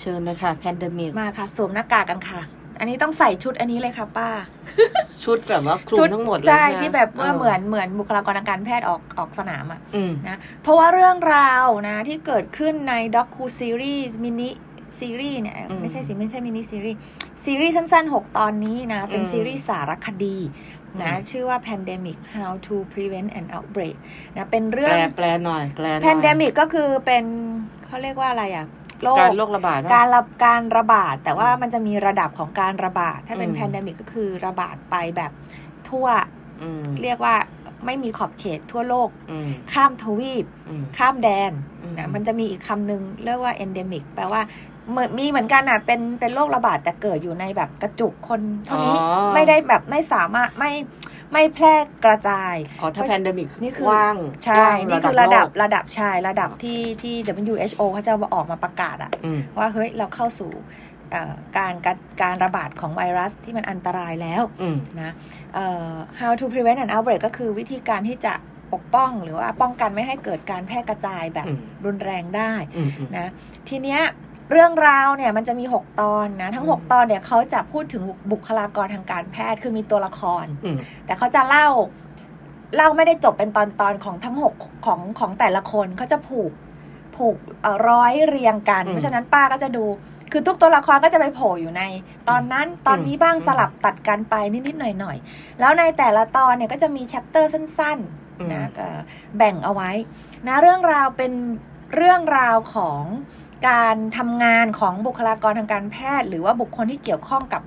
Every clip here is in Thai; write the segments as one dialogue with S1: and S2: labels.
S1: เชิญเลยค่ะแพนเดมิก
S2: มาค่ะสวมหน้ากากกันค่ะ อันนี้ต้องใส่ชุดอันนี้เลยค่ะป้า
S1: ชุดแบบว่าคลุม
S2: ชุด
S1: ทั้งหมดเลย
S2: ใช่
S1: นะ
S2: ที่แบบว่าเหมือนเหมือนบุคลากรทางการแพทย์ออกออกสนามอะ
S1: อืม
S2: นะเพราะว่าเรื่องราวนะที่เกิดขึ้นในด็อกคูซีรีส์มินิซีรีส์เนี่ย
S1: อืม
S2: ไม่ใช่สิไม่ใช่มินิซีรีส์ซีรีส์สั้นๆ 6 ตอนนี้นะ เป็น
S1: อืม
S2: ซีรีส์สารคดีนะ
S1: อืม
S2: ชื่อว่า Pandemic How to Prevent an Outbreak นะเป็น
S1: แป
S2: เรื่อ
S1: ล
S2: ง
S1: แปลหน่อยแปลหน่อย
S2: Pandemic ก็คือเป็นเขาเรียกว่าอะไรอะโรค
S1: การโรคระบาด
S2: การ
S1: ปะ
S2: ระการระบาดแต่ว่ามันจะมีระดับของการระบาด ถ้าเป็น
S1: อืม
S2: แพนเดมิกก็คือระบาดไปแบบทั่ว
S1: อืม
S2: เรียกว่าไม่มีขอบเขตทั่วโลก
S1: อืม
S2: ข้ามทวีป
S1: อืม
S2: ข้ามแดน
S1: อืม
S2: นะมันจะมีอีกคำหนึ่งเรียกว่าเอนเดมิกแปลว่าเหมือนมีเหมือนกันอ่ะเป็นเป็นโรคระบาดแต่เกิดอยู่ในแบบกระจุกคนเท่านี้
S1: อ๋อ
S2: ไม่ได้แบบไม่สามารถไม่ไม่แพร่กระจาย
S1: อ๋อถ้าแพนเดมิก
S2: นี่คือ
S1: กว้าง
S2: ใช่
S1: กว้าง
S2: นี่คือระดับ
S1: โลก
S2: ระดับใชายระดับที่ที่ WHO เขาจะออกมาประกาศอ่ะ
S1: อืม
S2: ว่าเฮ้ยเราเข้าสู่เอ่อการการการระบาดของไวรัสที่มันอันตรายแล้ว
S1: อืม
S2: นะเอ่อ how to prevent an outbreak ก็คือวิธีการที่จะปกป้องหรือว่าป้องกันไม่ให้เกิดการแพร่กระจายแบบ
S1: อืม
S2: รุนแรงได้
S1: อืมอืม
S2: นะทีเนี้ยเรื่องราวเนี่ยมันจะมี 6 ตอนนะ ทั้ง
S1: อืม
S2: 6 ตอนเนี่ยเขาจะพูดถึงบุบุคลากรทางการแพทย์คือมีตัวละคร
S1: อืม
S2: แต่เขาจะเล่าเล่าไม่ได้จบเป็นตอนตอนๆของทั้งหกของของแต่ละคนเขาจะผูกผูกเอ่อร้อยเรียงกัน
S1: อืม
S2: เพราะฉะนั้นป้าก็จะดู คือทุกตัวละครก็จะไปโผล่อยู่ใน ตอนนั้นตอนนี้บ้าง
S1: อืม
S2: สลับตัดกันไปนิดๆหน่อยๆ แล้วในแต่ละตอนเนี่ยก็จะมีแชปเตอร์สั้น
S1: อืม
S2: ๆนะเอ่อแบ่งเอาไว้นะเรื่องราวเป็นเรื่องราวของการทำงานของบุคลากรทางการแพทย์ หรือว่าบุคคลที่เกี่ยวข้องกับ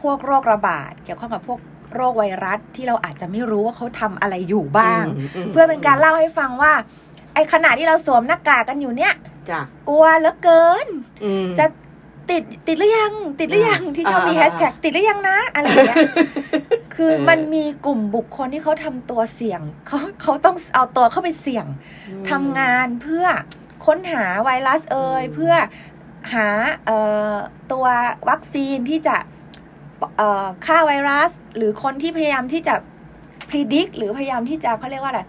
S2: พวกโรคระบาด เกี่ยวข้องกับพวกโรคไวรัสที่เราอาจจะไม่รู้ว่าเขาทำอะไรอยู่บ้าง เพื่อเป็นการเล่าให้ฟังว่า ไอ้ขณะที่เราสวมหน้ากากกันอยู่เนี่ย
S1: จ้ะ
S2: กลัวเหลือเกิน
S1: อืม
S2: จะติดติดหรือยัง ติดหรือยังที่ชอบมี
S1: อ่า
S2: แฮชแท็กติดหรือยังนะ อะไรอย่างเงี้ยคือ
S1: เออ
S2: มันมีกลุ่มบุคคลที่เขาทำตัวเสี่ยงเขาเขาต้องเอาตัวเข้าไปเสี่ยง
S1: อืม
S2: ทำงานเพื่อค้นหาไวรัสเอ่ย
S1: อืม
S2: เพื่อหาเอ่อตัววัคซีนที่จะเอ่อฆ่าไวรัส หรือคนที่พยายามที่จะพิจิกหรือพยายามที่จะเขาเรียกว่าอะไร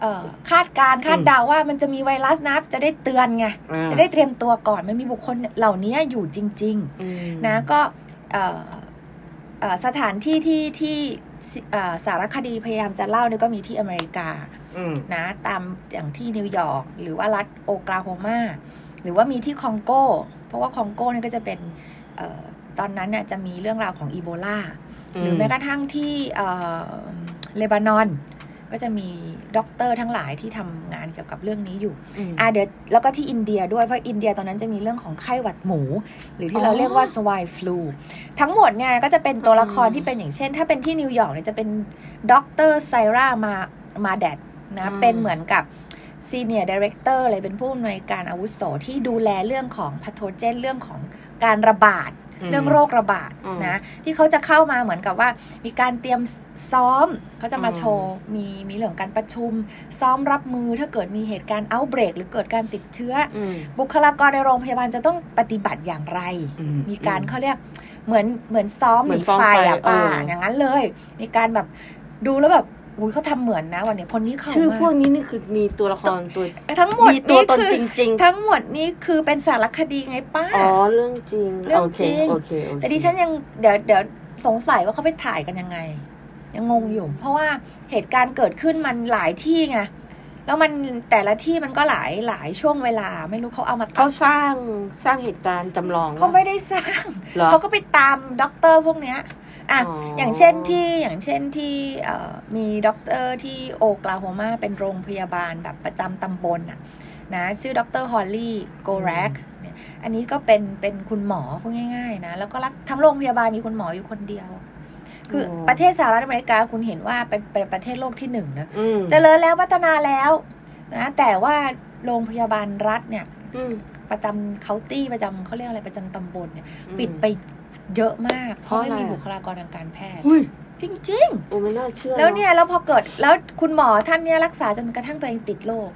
S2: เอ่อคาดการณ์คาดเดาว่ามันจะมีไวรัสนะจะได้เตือนไง
S1: อ่า
S2: จะได้เตรียมตัวก่อนมันมีบุคคลเหล่านี้อยู่จริง
S1: อืม
S2: ๆ นะก็เอ่อเอ่อสถานที่ที่ที่สิเอ่อสารคดีพยายามจะเล่าเนี่ยก็มีที่อเมริกา
S1: อืม
S2: นะตามอย่างที่นิวยอร์กหรือว่ารัฐโอกลาโฮมาหรือว่ามีที่คองโก เพราะว่าคองโกเนี่ยก็จะเป็นเออตอนนั้นเนี่ยจะมีเรื่องราวของอีโบลา หรือแม้กระทั่งที่เอ่อเลบานอน ก็จะมีด็อกเตอร์ทั้งหลายที่ทำงานเกี่ยวกับเรื่องนี้อยู่ อ่ะเดี๋ยวแล้วก็ที่อินเดียด้วยเพราะอินเดียตอนนั้นจะมีเรื่องของไข้หวัดหมู หรือที่เรา
S1: อ๋อ
S2: เรียกว่าสวายฟลูทั้งหมดเนี่ยก็จะเป็นตัวละคร
S1: อืม
S2: ที่เป็นอย่างเช่น ถ้าเป็นที่นิวยอร์กเนี่ยจะเป็นดรไซรามามาแดดนะ
S1: อืม
S2: เป็นเหมือนกับซีเนียร์ดีเรคเตอร์เลยเป็นผู้อำนวยการอาวุโสที่ดูแลเรื่องของพาโทเจนเรื่องของการระบาด
S1: ม
S2: เรื่องโรคระบาด
S1: อืม
S2: นะที่เขาจะเข้ามาเหมือนกับว่า มีการเตรียมซ้อมเขาจะมา
S1: อืม
S2: โชว์มีมีเรื่องการประชุม ซ้อมรับมือถ้าเกิดมีเหตุการณ์ outbreak หรือเกิดการติดเชื้ออ
S1: อืม
S2: บุคลากรในโรงพยาบาลจะต้องปฏิบัติอย่างไร
S1: อื
S2: มีการ
S1: อื
S2: เขาเรียกเหมือนเหมือนซ้อม
S1: เหมื
S2: ห
S1: อ
S2: นี
S1: น
S2: ไฟ
S1: ฟ้องไฟ
S2: อะป่า
S1: เออ
S2: อ
S1: อ
S2: ย่างนั้นเลย มีการแบบดูแล้วแบบอุ้ยเขาทำเหมือนนะ วันเนี้ยคนนี้เขา
S1: ชื่อ
S2: มา
S1: พวกนี้นี่คือมีตัวละครตัว
S2: ทั้งหมด
S1: มีตัวตน
S2: คือ
S1: จริง ๆ
S2: ทั้งหมดนี้คือเป็นสารคดีไงป้า
S1: อ๋อเรื่องจริง
S2: เรื่อง
S1: โค
S2: จริง
S1: โอเคโอเค
S2: แต่ดิฉันยังเดี๋ยวเดี๋ยวสงสัยว่าเขาไปถ่ายกันยังไง ยังงงอยู่ เพราะว่าเหตุการณ์เกิดขึ้นมันหลายที่ไงแล้วมันแต่ละที่มันก็หลายหลายช่วงเวลา ไม่รู้เขาเอามาตั
S1: เขา
S2: ด
S1: สร้างสร้างเหตุการณ์จำลอง
S2: เขาไม่ได้สร้าง
S1: เหรอ
S2: เขาก็ไปตามด็อกเตอร์พวกเนี้ย อ่ะ อย่างเช่นที่อย่างเช่นที่เอ่อมีด็อกเตอร์ที่โอกลาโฮมาเป็นโรงพยาบาลแบบประจำตำบลน่ะนะชื่อด็อกเตอร์ฮอลลี่โกรักเนี่ยอันนี้ก็เป็นเป็นคุณหมอพูดง่าย ๆ นะ แล้วก็รักทั้งโรงพยาบาลมีคุณหมออยู่คนเดียว คือประเทศสหรัฐอเมริกาคุณเห็นว่าเป็นเป็นประเทศโลกที่หนึ่งนะ
S1: อืม
S2: เจริญแล้วพัฒนาแล้วนะแต่ว่าโรงพยาบาลรัฐเนี่ย
S1: อืม
S2: ประจำเคาน์ตี้ประจำเขาเรียกอะไรประจำตำบลเนี่ย
S1: อืม
S2: ปิดไปเยอะมาก เพราะไม่
S1: เพราะอะไร
S2: มี
S1: อะ
S2: บุคลากรทางการแพทย์
S1: อุ้ย
S2: จริง
S1: โอ้ไม่น่าเชื่อ
S2: ๆ แล้วเนี่ยแล้วพอเกิดแล้วคุณหมอท่านเนี่ยรักษาจนกระทั่งตัวเองติดโรค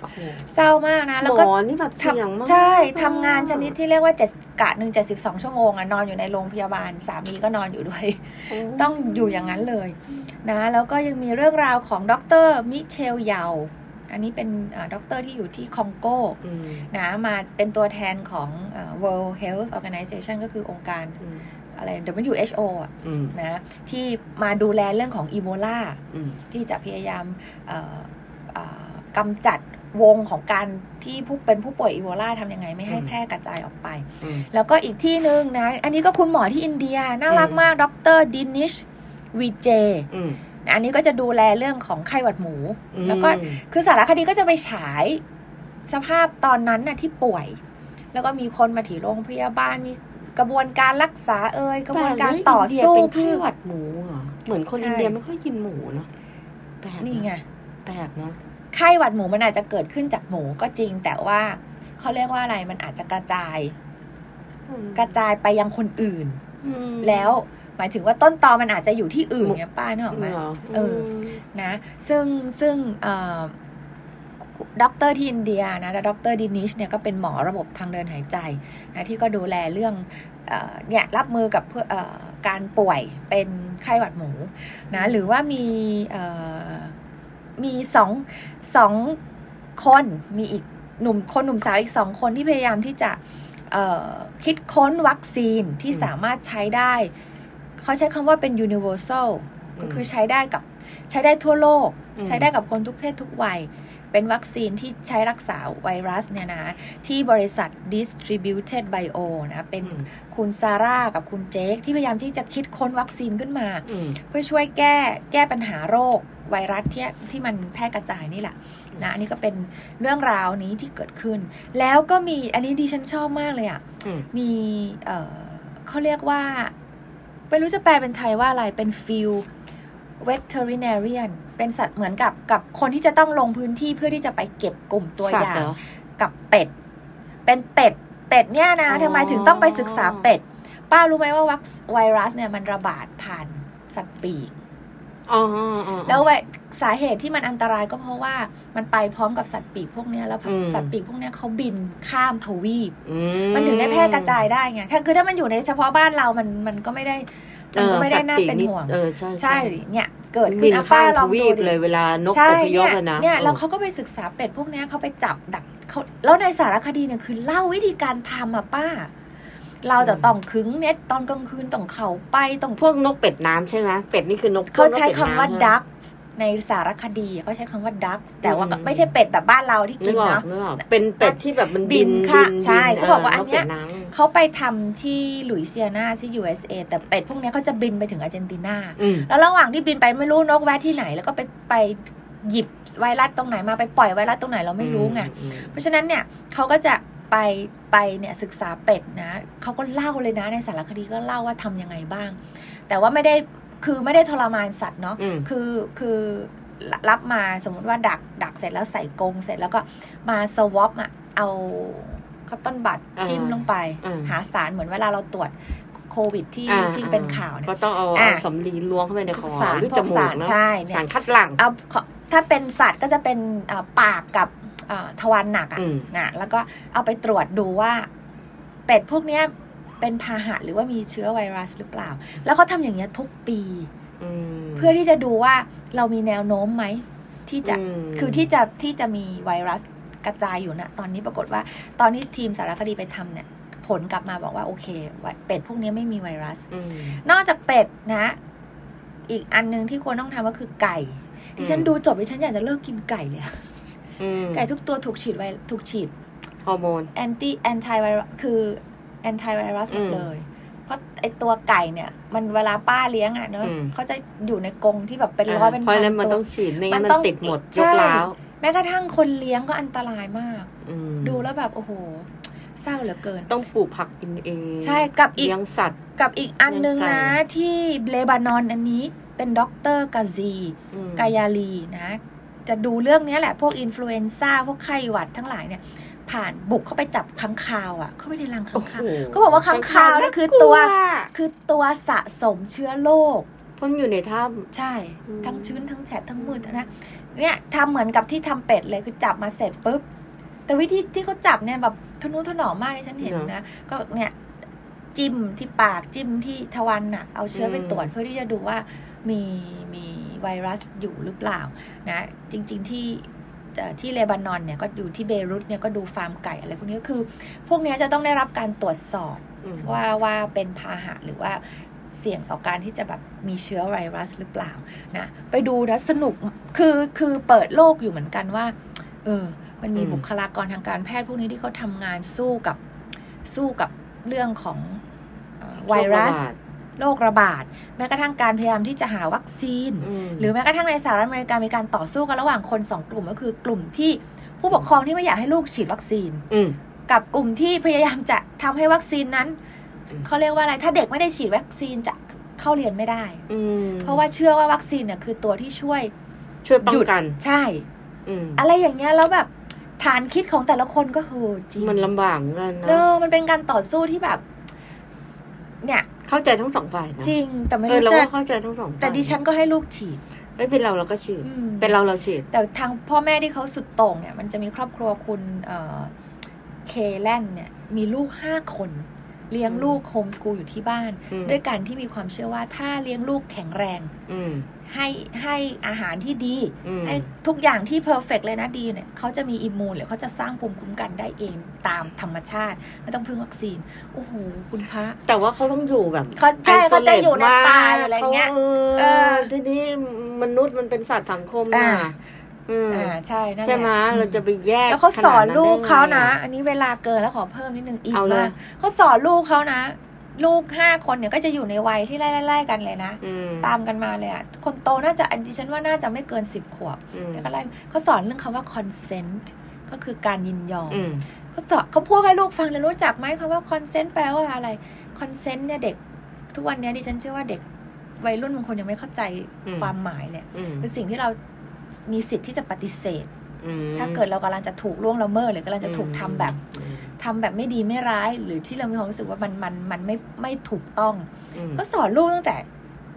S1: โอ้โห
S2: เศร้ามากนะ แล้ว
S1: หม
S2: ก็
S1: อนี่แบบเสี่ยงมาก
S2: ใช่ทำงานชนิดที่เรียกว่าเจ็ดกะหนึ่งเจ็ดสิบสองชั่วโมงอะนอนอยู่ในโรงพยาบาลสามีก็นอนอยู่ด้วย
S1: โอ้
S2: ต้องอยู่อย่างนั้นเลยนะ แล้วก็ยังมีเรื่องราวของดรมิเชลเยา อันนี้เป็นเอ่อด็อกเตอร์ที่อยู่ที่คองโก
S1: อืม
S2: นะมาเป็นตัวแทนของเอ่อ World Health Organization ก็คือองค์การ
S1: อืม
S2: อะไร WHO อะ
S1: อืม
S2: นะที่มาดูแลเรื่องของอีโบลา
S1: อืม
S2: ที่จะพยายามเอ่อเอ่อกำจัดวงของการที่ผู้เป็นผู้ป่วยอีโบลาทำยังไงไม่ให้แพร่กระจายออกไป
S1: อืม
S2: แล้วก็อีกที่หนึ่งนะ อันนี้ก็คุณหมอที่อินเดีย น่ารัก
S1: อืม
S2: มากดรดินิชวีเจ
S1: อืม
S2: อันนี้ก็จะดูแลเรื่องของไข้หวัดหมู แล้วก็
S1: อืม
S2: คือสารคดีก็จะไปฉายสภาพตอนนั้นน่ะที่ป่วย แล้วก็มีคนมาถี่โรงพยาบาลมีกระบวนการรักษาเอ่ยกระบวนการต่อสู้
S1: แปลกเลยนเดียเป็นไข้
S2: เพื่อ
S1: หวัดหมูเหรอเหมือนคน
S2: ใช่
S1: อินเดียไม่ค่อยกินหมูเนาะแปลก
S2: นี่ไง
S1: แปลกเนาะ
S2: ไข้หวัดหมูมันอาจจะเกิดขึ้นจากหมูก็จริง แต่ว่าเขาเรียกว่าอะไรมันอาจจะกระจาย
S1: อืม
S2: กระจายไปยังคนอื่น
S1: อืม
S2: แล้วหมายถึงว่าต้นตอมันอาจจะอยู่ที่อื่นเนี่ยป้าเนกออกไหม
S1: เหรอ
S2: เออ นะซึ่งซึ่งด็อกเตอร์ที่อินเดียนะด็อกเตอร์ดินิชเนี่ยก็เป็นหมอระบบทางเดินหายใจนะที่ก็ดูแลเรื่องเอ่อเนี่ยรับมือกับเพื่อเอ่อการป่วยเป็นไข้หวัดหมูนะหรือว่ามีเอ่อมีสองสองคนมีอีกหนุ่มคนหนุ่มสาวอีกสองคนที่พยายามที่จะเอ่อคิดค้นวัคซีนที่สามารถใช้ได้ เขาใช้คำว่าเป็น universal
S1: ม
S2: ก็คือใช้ได้กับใช้ได้ทั่วโลก
S1: อืม
S2: ใช้ได้กับคนทุกเพศทุกวัย เป็นวัคซีนที่ใช้รักษาไวรัสเนี่ยนะ ที่บริษัท distributed bio นะ เป็น
S1: อืม
S2: คุณซาร่ากับคุณเจค ที่พยายามที่จะคิดค้นวัคซีนขึ้นมา
S1: อืม
S2: เพื่อช่วยแก้แก้ปัญหาโรคไวรัสที่ที่มันแพร่กระจายนี่แหละ
S1: อืม
S2: นะอันนี้ก็เป็นเรื่องราวนี้ที่เกิดขึ้น แล้วก็มีอันนี้ดิฉันชอบมากเลยอ่ะ
S1: อืม
S2: มีเอ่อเขาเรียกว่า ไม่รู้จะแปลเป็นไทยว่าอะไร เป็นฟิลเวทเทอริเนเรียน เป็นสัตว์เหมือนกับกับคนที่จะต้องลงพื้นที่เพื่อที่จะไปเก็บกลุ่มตัว
S1: สั
S2: อ
S1: ต
S2: ย่า
S1: ว์เห
S2: ง
S1: รอ
S2: กับเป็ด เป็นเป็ด เป็ดเนี่ยนะ
S1: อ๋อ
S2: ทำไมถึงต้องไปศึกษาเป็ด ป้ารู้ไหมว่าวัคไวรัสเนี่ยมันระบาดผ่านสัตว์ปีก
S1: อ๋ออ๋ออ๋อ
S2: แล้วไวสาเหตุที่มันอันตรายก็เพราะว่ามันไปพร้อมกับสัตว์ปีกพวกเนี้ยแล้ว
S1: อืม
S2: สัตว์ปีกพวกเนี้ยเขาบินข้ามทวีป
S1: อื
S2: มันถึงได้แพร่กระจายได้ไง ถ้าคือถ้ามันอยู่ในเฉพาะบ้านเรา มันมันก็ไม่ได้ มันก็ไม่ได้น่าเป็นห่วง
S1: เออสัตว์ปีกนี่เออใช่
S2: ใช่ เนี่ย เกิด
S1: บิ
S2: ขึ้น
S1: น
S2: อ่ะ
S1: ข้า
S2: ป้าม
S1: ท
S2: ลอง
S1: วี
S2: ดู
S1: ปเลย
S2: ดิ
S1: เวลานก
S2: ใช่
S1: อพย
S2: เนี่
S1: พ
S2: ย
S1: อะนะ
S2: เนี่ย
S1: ออ
S2: แล้วเขาก็ไปศึกษาเป็ดพวกเนี้ยเขาไปจับดักเขาแล้วในสารคดีเนี่ยคือเล่าวิธีการทำอะป้า เราจะ
S1: อืม
S2: ต้องขึงเน็ตตอนกลางคืนต้องเข่าไปต้อง
S1: พวกนกเป็ดน้ำใช่ไหมเป็ดนี่คือนก
S2: เขาใช้คำว่า
S1: พกนกเป็ดน้ำ
S2: ดักในสารคดีเขาใช้คำว่าดักแต่ว่าไม่ใช่เป็ดแบบบ้านเราที่
S1: นึ
S2: กิ
S1: ก
S2: น
S1: ออก
S2: เนาะ
S1: นึกออกเป็นเป็ดที่แบบมันบิน
S2: บินค่ะ
S1: บิน
S2: ใช่
S1: บิน
S2: เขาบอกว่าอันเนี้
S1: ก
S2: ย
S1: เป็ดำ
S2: เขาไปทำที่หลุยเซียนาที่ USA แต่เป็ดพวกเนี้ยเขาจะบินไปถึงอาร์เจนตินา
S1: อืม
S2: แล้วระหว่างที่บินไปไม่รู้นกแวะที่ไหน แล้วก็ไปไปหยิบไวรัสตรงไหนมาไปปล่อยไวรัสตรงไหนเราไม่รู้ไง
S1: อืม
S2: เพราะฉะนั้นเนี่ยเขาก็จะไปไปเนี่ยศึกษาเป็ดนะเขาก็เล่าเลยนะในสารคดีก็เล่าว่าทำยังไงบ้าง แต่ว่าไม่ได้คือไม่ได้ทรมานสัตว์เนาะ
S1: อืม
S2: คือคือรับมาสมมติว่าดักดักเสร็จแล้วใส่กรงเสร็จแล้วก็มาสวอปอ่ะเอาข้าวต้นบัตร
S1: อ่า
S2: จิ้มลงไป
S1: อ่า
S2: หาสารเหมือนเวลาเราตรวจโควิดที่
S1: อ่า
S2: ที่เป็นข่าวเนี่ย
S1: ก็ต้องเอา
S2: อ่ะ
S1: เอาสำลีล้วงเข้าไปในคอ
S2: สาร
S1: หรือ
S2: พ
S1: จ
S2: วก
S1: มู
S2: สาก ร
S1: เนอะ
S2: ใช่เนี่ย
S1: สารคัดหลั่ง
S2: เอาขอถ้าเป็นสัตว์ก็จะเป็นเอ่อปากกับเอ่อทวารหนักอ่ะ
S1: อืม
S2: นะแล้วก็เอาไปตรวจดูว่า เป็ดพวกเนี้ยเป็นพาหะหรือว่ามีเชื้อไวรัสหรือเปล่า แล้วเขาทำอย่างเงี้ยทุกปี
S1: ม
S2: เพื่อที่จะดูว่าเรามีแนวโน้มไหมที่จะ
S1: ม
S2: คือที่จะที่จะมีไวรัสกระจายอยู่นะตอนนี้ปรากฏว่า ตอนที่ทีมสารคดีไปทำเนี่ยผลกลับมาบอกว่าโอเคไวเป็ดพวกนี้ไม่มีไวรัส
S1: อืม
S2: นอกจากเป็ดนะ อีกอันหนึงที่ควรต้องทำก็คือไก่ดิฉัน
S1: อืม
S2: ดูจบดิฉันอยากจะเลิกกินไก่เลยอะ
S1: อืม
S2: ไก่ทุกตัวถูกฉีดไวถูกฉีด
S1: ฮอร์โมน
S2: แอนตี้แอนตี้ไวรัสคือแอนตี้ไวรัสหมด
S1: อืม
S2: เลย เพราะไอตัวไก่เนี่ย มันเวลาป้าเลี้ยงอ่ะเนอะ
S1: อืม
S2: เขาจะอยู่ในกรงที่แบบเป็นร้อยเป็น
S1: เพราะ
S2: พั
S1: ฉะ
S2: น
S1: นั้นมัน
S2: ตั
S1: ต้
S2: ว
S1: องฉีดไม่งั้น
S2: มั
S1: มัน
S2: ต้อง
S1: นติดหมด
S2: ใช่
S1: ยกล้าว
S2: แม้กระทั่งคนเลี้ยงก็อันตรายมาก
S1: อืม
S2: ดูแล้วแบบโอ้โห เศร้าเหลือเกิน
S1: ต้องปลูกผักกินเอง
S2: ใช่กับอีก
S1: เลี้ยงสัตว์
S2: กับอีกอันหนึ่ง
S1: เลี้ย
S2: นะ
S1: งไก่
S2: ที่เลบานอนอันนี้เป็นด็อกเตอร์กาซี
S1: อืม
S2: กายาลีนะ จะดูเรื่องเนี้ยแหละ พวกอินฟลูเอนซ่าพวกไข้หวัดทั้งหลายเนี่ย ผ่านบุกเข้าไปจับค้างคาวอ่ะ เข้าไปในรังค้างคาว เขาบอกว่าค้างคาวเนี่ยคือตัว คือตัวสะสมเชื้อโรค
S1: พ่นอยู่ในถ้
S2: ใช่
S1: อืม
S2: ทั้งชื้นทั้งแฉะทั้งมืดนะเนี่ยทำเหมือนกับที่ทำเป็ดเลยคือจับมาเสร็จปุ๊บ แต่วิธีที่เขาจับเนี่ยแบบทะนุถนอมมากที่ฉันเห็น
S1: เนอะ
S2: นะ ก็เนี่ยจิ้มที่ปากจิ้มที่ทวารหนักเอาเชื้อไปตรวจเพื่อที่จะดูว่ามีมีไวรัสอยู่หรือเปล่านะ จริง ๆที่ เอ่อที่เลบานอนเนี่ยก็อยู่ที่เบรุตเนี่ยก็ดูฟาร์มไก่อะไรพวกนี้ก็คือ พวกเนี้ยจะต้องได้รับการตรวจสอบ
S1: อืม
S2: ว่าว่าเป็นพาหะหรือว่าเสี่ยงต่อการที่จะแบบมีเชื้อไวรัสหรือเปล่านะไปดูนะสนุกคือคือเปิดโลกอยู่เหมือนกันว่า เออ มันมี
S1: อืม
S2: บุคลากรทางการแพทย์พวกนี้ที่เขาทำงานสู้กับสู้กับเรื่องของเอ่อไวรัส
S1: โคะบาด
S2: โรคระบาด แม้กระทั่งการพยายามที่จะหาวัคซีน
S1: ม
S2: หรือแม้กระทั่งในสหรัฐอเมริกามีการต่อสู้กันระหว่างคนสองกลุ่มก็คือกลุ่มที่ผู้ปกครองที่ไม่อยากให้ลูกฉีดวัคซีน
S1: อืม
S2: กับกลุ่มที่พยายามจะทำให้วัคซีนนั้น
S1: อืม
S2: เขาเรียกว่าอะไรถ้าเด็กไม่ได้ฉีดวัคซีนจะเข้าเรียนไม่ได้
S1: อืม
S2: เพราะว่าเชื่อว่าวัคซีนเนี่ยคือตัวที่ช่วย
S1: ช่วยป้องกัน
S2: ใช่
S1: อืม
S2: อะไรอย่างเงี้ยแล้วแบบฐานคิดของแต่ละคนก็โหจริง
S1: มันลำบากเหมือนกัน
S2: เอ
S1: นะ
S2: อมันเป็นการต่อสู้ที่แบบ เนี่ย
S1: เข้าใจทั้งสองฝ่ายนะ
S2: จริงแต่ไม่
S1: เออ
S2: รู้
S1: เรา
S2: จะ
S1: ก็เข้าใจทั้งสองฝ่าย
S2: แต่ดิฉันก็ให้ลูกฉีด
S1: เอ้ยเป็นเราเราก็ฉีด
S2: อืม
S1: เป็นเราเราฉีด
S2: แต่ทางพ่อแม่ที่เขาสุดโต่งเนี่ยมันจะมีครอบครัวคุณเอ่อเคแลนเนี่ยมีลูกห้าคน เลี้ยง
S1: อืม
S2: ลูกโฮมสกูลอยู่ที่บ้าน
S1: อืม
S2: ด้วยการที่มีความเชื่อว่าถ้าเลี้ยงลูกแข็งแรง
S1: อืม
S2: ให้ให้อาหารที่ดี
S1: อืม
S2: ให้ทุกอย่างที่เพอร์เฟกเลยนะดีเนี่ยเขาจะมีอิมมูนหรือเขาจะสร้างภูมิคุ้มกันได้เองตามธรรมชาติ ไม่ต้องพึ่งวัคซีน โอ้โห คุณพระ
S1: แต่ว่าเขาต้องอยู่แบบ
S2: เขาใช่เขาจะอยู่ในป่าอยู่ ยู่อะไรเงี้ย
S1: เอ
S2: เอ
S1: อ
S2: อ
S1: ทีนี้มนุษย์มันเป็นสัตว์สังคมนะ
S2: อ่า
S1: อืม
S2: อ่าใช่นั่นแหละ
S1: ใช่ไหม
S2: อื
S1: เราจะไปแยก
S2: แล้วเขาสอน
S1: ด
S2: ลูกเขานะ
S1: ได้ไง
S2: อันนี้เวลาเกินแล้วขอเพิ่มนิดนึงอีก
S1: เอาเลย
S2: มากเขาสอนลูกเขานะ ลูกห้าคนเนี่ยก็จะอยู่ในวัยที่ไล่ๆๆกันเลยนะ
S1: อืม
S2: ตามกันมาเลยอะคนโตน่าจะดิฉันว่าน่าจะไม่เกินสิบขวบ
S1: อืม
S2: แล้วก็ไล่เขาสอนเรื่องคำว่า consent ก็คือการยินยอม
S1: อืม
S2: เขาสอนเขาพูดให้ลูกฟังเลยรู้จักไหมคำว่า consent แปลว่าอะไร consent เนี่ยเด็ก ทุกวันเนี้ยดิฉันเชื่อว่าเด็กวัยรุ่นบางคนยังไม่เข้าใจความหมายเลย
S1: อืม
S2: คือสิ่งที่เรามีสิทธิ์ที่จะปฏิเสธ
S1: อืม
S2: ถ้าเกิดเรากำลังจะถูกล่วงละเมิดหรือกำลังจะถูกทำแบบ
S1: อืม
S2: ทำแบบไม่ดีไม่ร้าย หรือที่เรามีความรู้สึกว่ามันมันมันไม่ไม่ถูกต้อง
S1: อืม
S2: ก็สอนลูกตั้งแต่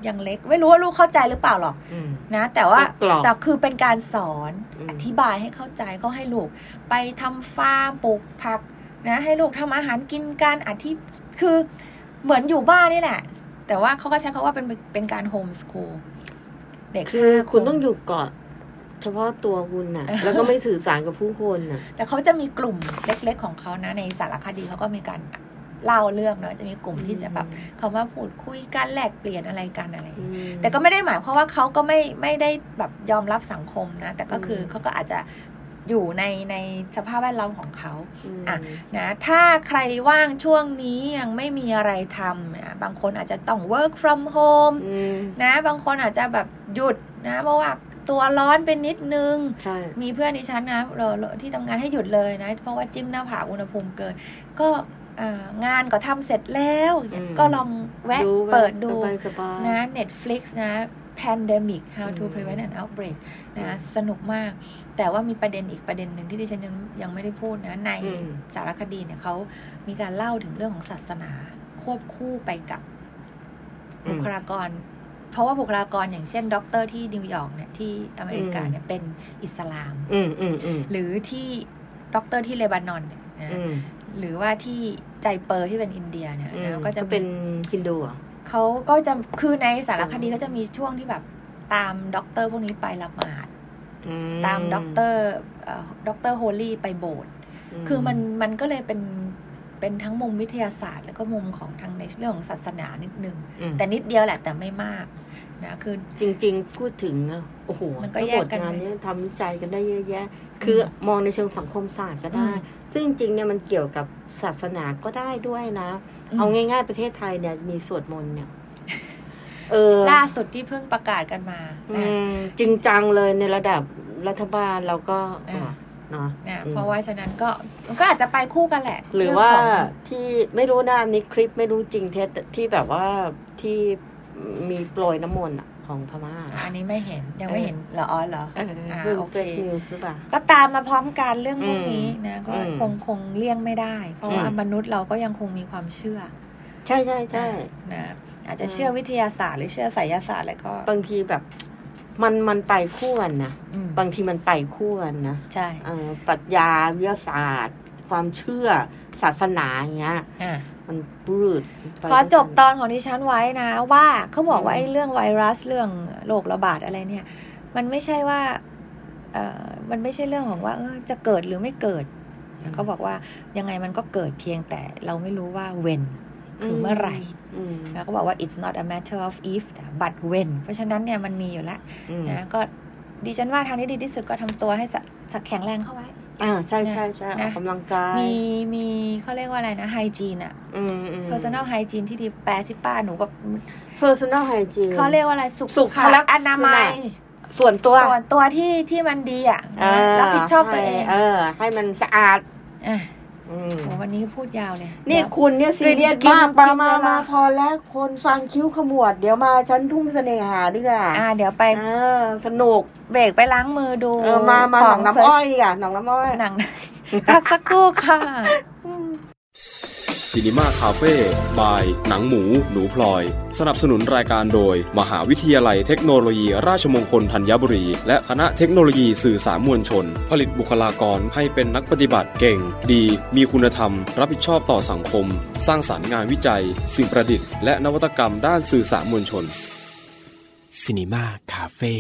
S2: ยังเล็ก ไม่รู้ว่าลูกเข้าใจหรือเปล่าหรอก
S1: อืม
S2: นะ แต่ว่า
S1: ก็กรอบ
S2: แต่คือเป็นการสอน
S1: อืม
S2: อธิบายให้เข้าใจเขาให้ลูก ไปทำฟาร์มปลูกผักนะ ให้ลูกทำอาหารกินการอธิคือเหมือนอยู่บ้านนี่แหละ แต่ว่าเขาก็ใช้คำว่าเป็นเป็นการโฮมสคูลเด็ก
S1: คือ
S2: ห้า
S1: คุณ
S2: น
S1: ต้องอยู่เกาะเฉพาะตัวคุณน่ะ แล้วก็ไม่สื่อสารกับผู้คนน่ะ
S2: แต่เขาจะมีกลุ่มเล็กๆของเขานะ ในสารคดีเขาก็มีการเล่าเรื่องเนาะจะมีกลุ่มที่จะแบบคำว่าพูดคุยกันแลกเปลี่ยนอะไรกันอะไรอย่างเงี้ยแต่ก็ไม่ได้หมายความว่าเขาก็ไม่ไม่ได้แบบยอมรับสังคมนะ แต่ก็คืออ
S1: ม
S2: เขาก็อาจจะอยู่ในในสภาพแวดล้อมของเขา
S1: ม
S2: อ่ะ นะถ้าใครว่างช่วงนี้ยังไม่มีอะไรทำนะบางคนอาจจะต้อง work from home
S1: อืม
S2: นะบางคนอาจจะแบบหยุดนะเพราะว่าตัวร้อนเป็นนิดนึง
S1: ใช่
S2: มีเพื่อนดิฉันนะเราเราที่ทำงานให้หยุดเลยนะ เพราะว่าจิ้มหน้าผากอุณหภูมิเกิน ก็อ่างานก็ทำเสร็จแล้วอย่างเงี้ย
S1: อืม
S2: ก็ลองแวะ
S1: ดู
S2: เปิดดู
S1: สบายสบาย
S2: นะ Netflix นะ Pandemic How
S1: อื
S2: to
S1: ม
S2: Prevent an Outbreak
S1: อืม
S2: นะสนุกมาก แต่ว่ามีประเด็นอีกประเด็นหนึ่งที่ดิฉันยังยังไม่ได้พูดนะ ใน
S1: อืม
S2: สารคดีเนี่ยเขามีการเล่าถึงเรื่องของศาสนา ควบคู่ไปกับ
S1: อื
S2: บุ
S1: ม
S2: คลากร เพราะว่าบุคลากรอย่างเช่น ด็อกเตอร์ที่นิวยอร์กเนี่ยที่อเมริกา
S1: อืม
S2: เนี่ยเป็นอิสลาม
S1: อืมอืมอืม
S2: หรือที่ด็อกเตอร์ที่เลบานอนเนี่ยนะ
S1: อืม
S2: หรือว่าที่ใจเปอร์ที่เป็นอินเดียเนี่ย
S1: อืม
S2: นะก็จะ
S1: เขาเป็นฮินดูเหรอ
S2: เขาก็จะคือในสารคดีก็จะมีช่วงที่แบบตามด็อกเตอร์พวกนี้ไปละหมาด
S1: อื
S2: ตามด็อกเตอร์ด็อกเตอร์โฮลี่ไปโบสถ์คือมันมันก็เลยเป็นเป็นทั้งมุมวิทยาศาสตร์ แล้วก็มุมของทางในเรื่องของศาสนานิดนึง
S1: อืม
S2: แต่นิดเดียวแหละแต่ไม่มากนะคือ
S1: จริง ๆ พูดถึงนะโอ้โห
S2: มันก็แยกกัน
S1: ทั้งหมดงาน
S2: ไป
S1: เนี้ทำวิจัยกันได้เยอะแยะ คือมองในเชิงสังคมศาสตร์ก็ได้
S2: อืม
S1: ซึ่งจริงๆเนี่ยมันเกี่ยวกับศาสนาก็ได้ด้วยนะ เอาง่าย ๆ ประเทศไทยเนี่ยมีสวดมนต์เนี่ย เออ
S2: ล่าสุดที่เพิ่งประกาศกันมา
S1: อื
S2: นะ
S1: มจริงจังเลยในระดับรัฐบาลเราก็
S2: อ่า
S1: อ่ะเนาะ
S2: นะ
S1: อืม
S2: เพราะว่าฉะนั้นก็มันก็อาจจะไปคู่กันแหละ
S1: หรือ
S2: เง
S1: ว่า
S2: ของ
S1: ที่ไม่รู้นะอันนี้คลิปไม่รู้จริงเท็จที่แบบว่าที่มีโปรยน้ำมนต์อะของพม่า
S2: อันนี้ไม่เห็นยังไม่
S1: เออ
S2: เห็นเหรออ๋อเหรอ
S1: เออ
S2: อ่า
S1: เป็น
S2: โอเค
S1: เฟกนิวส์หรือเปล่า
S2: ก็ตามมาพร้อมกันเรื่องพวกนี้นะก็
S1: อืม
S2: คงคงเลี่ยงไม่ได้ เพราะว่า
S1: อืม
S2: มนุษย์เราก็ยังคงมีความเชื่อ
S1: ใช่ใช่ใช่
S2: นะอาจจะ
S1: อืม
S2: เชื่อวิทยาศาสตร์หรือเชื่อไสยศาสตร์อะไรก็
S1: บางทีแบบมันมันไปคู่กันนะ
S2: อืม
S1: บางทีมันไปคู่กันนะ
S2: ใช่
S1: เอ่อปรัชญาวิทยาศาสตร์ ความเชื่อศาสนาอย่างเงี้ย
S2: อ่ะ
S1: มันบืดไป
S2: ขอจบ
S1: ด้
S2: ต
S1: วยกั
S2: อนของดิฉันไว้นะ ว่าเขาบอกว่า
S1: อืม
S2: ไอ้เรื่องไวรัสเรื่องโรคระบาดอะไรเนี่ย มันไม่ใช่ว่า เอ่อมันไม่ใช่เรื่องของว่าเออจะเกิดหรือไม่เกิดเขาบอกว่ายังไงมันก็เกิดเพียงแต่เราไม่รู้ว่า when คือเมื่อไหร่
S1: ม
S2: แล้วก็บอกว่า it's not a matter of if but when เพราะฉะนั้นเนี่ยมันมีอยู่แล้ว
S1: อืม
S2: นะก็ดิฉันว่าทางที่ดีที่สุดก็ทำตัวให้สะสะแข็งแรงเข้าไว้
S1: อ่าใช่ใช่ใช่อ
S2: นะ
S1: อกกำลังกาย
S2: มีมีเขาเรียกว่าอะไรนะไฮจีนอะ
S1: อืมอืม
S2: personal hygiene ที่ดีแปลสิป้าหนูแบบ
S1: personal hygiene
S2: เขาเรียกว่าอะไรสุข
S1: สุขลักษณะ
S2: อนามัย
S1: ส่วนตัว
S2: ส่วนตัวที่ที่มันดีอ่ะ
S1: อ่า
S2: รับผิดชอบตัวเอง
S1: ให้เออ ให้มันสะอาด
S2: อ่ะ
S1: อืม
S2: โหวันนี้พูดยาวเลย
S1: นี่คุณเนี่ยซีเรียส
S2: กิน
S1: มาก
S2: กิน
S1: ประมา
S2: เวลาม
S1: มาพอแล้วคนฟังคิ้วขมวด เดี๋ยวมาฉันทุ่งเสน่หาดีกว่า
S2: อ่าเดี๋ยวไป
S1: เออสนุก
S2: เบรกไปล้างมือดู
S1: เออมามาหนองน้ำอ้อย
S2: ข
S1: ดีกว่าหนองน้ำอ้อย
S2: งหนัง พักสักครู่ค่ะ
S3: ซีนีมาคาเฟ่บาย หนังหมู หนูพลอย สนับสนุนรายการโดย มหาวิทยาลัยเทคโนโลยี ราชมงคลธัญบุรี และคณะเทคโนโลยีสื่อสารมวลชน ผลิตบุคลากรให้เป็นนักปฏิบัติเก่ง ดี มีคุณธรรม รับผิดชอบต่อสังคม สร้างสารรค์งานวิจัย สิ่งประดิษฐ์และนวัตกรรมด้านสื่อสารมวลชน
S4: Cinema Cafe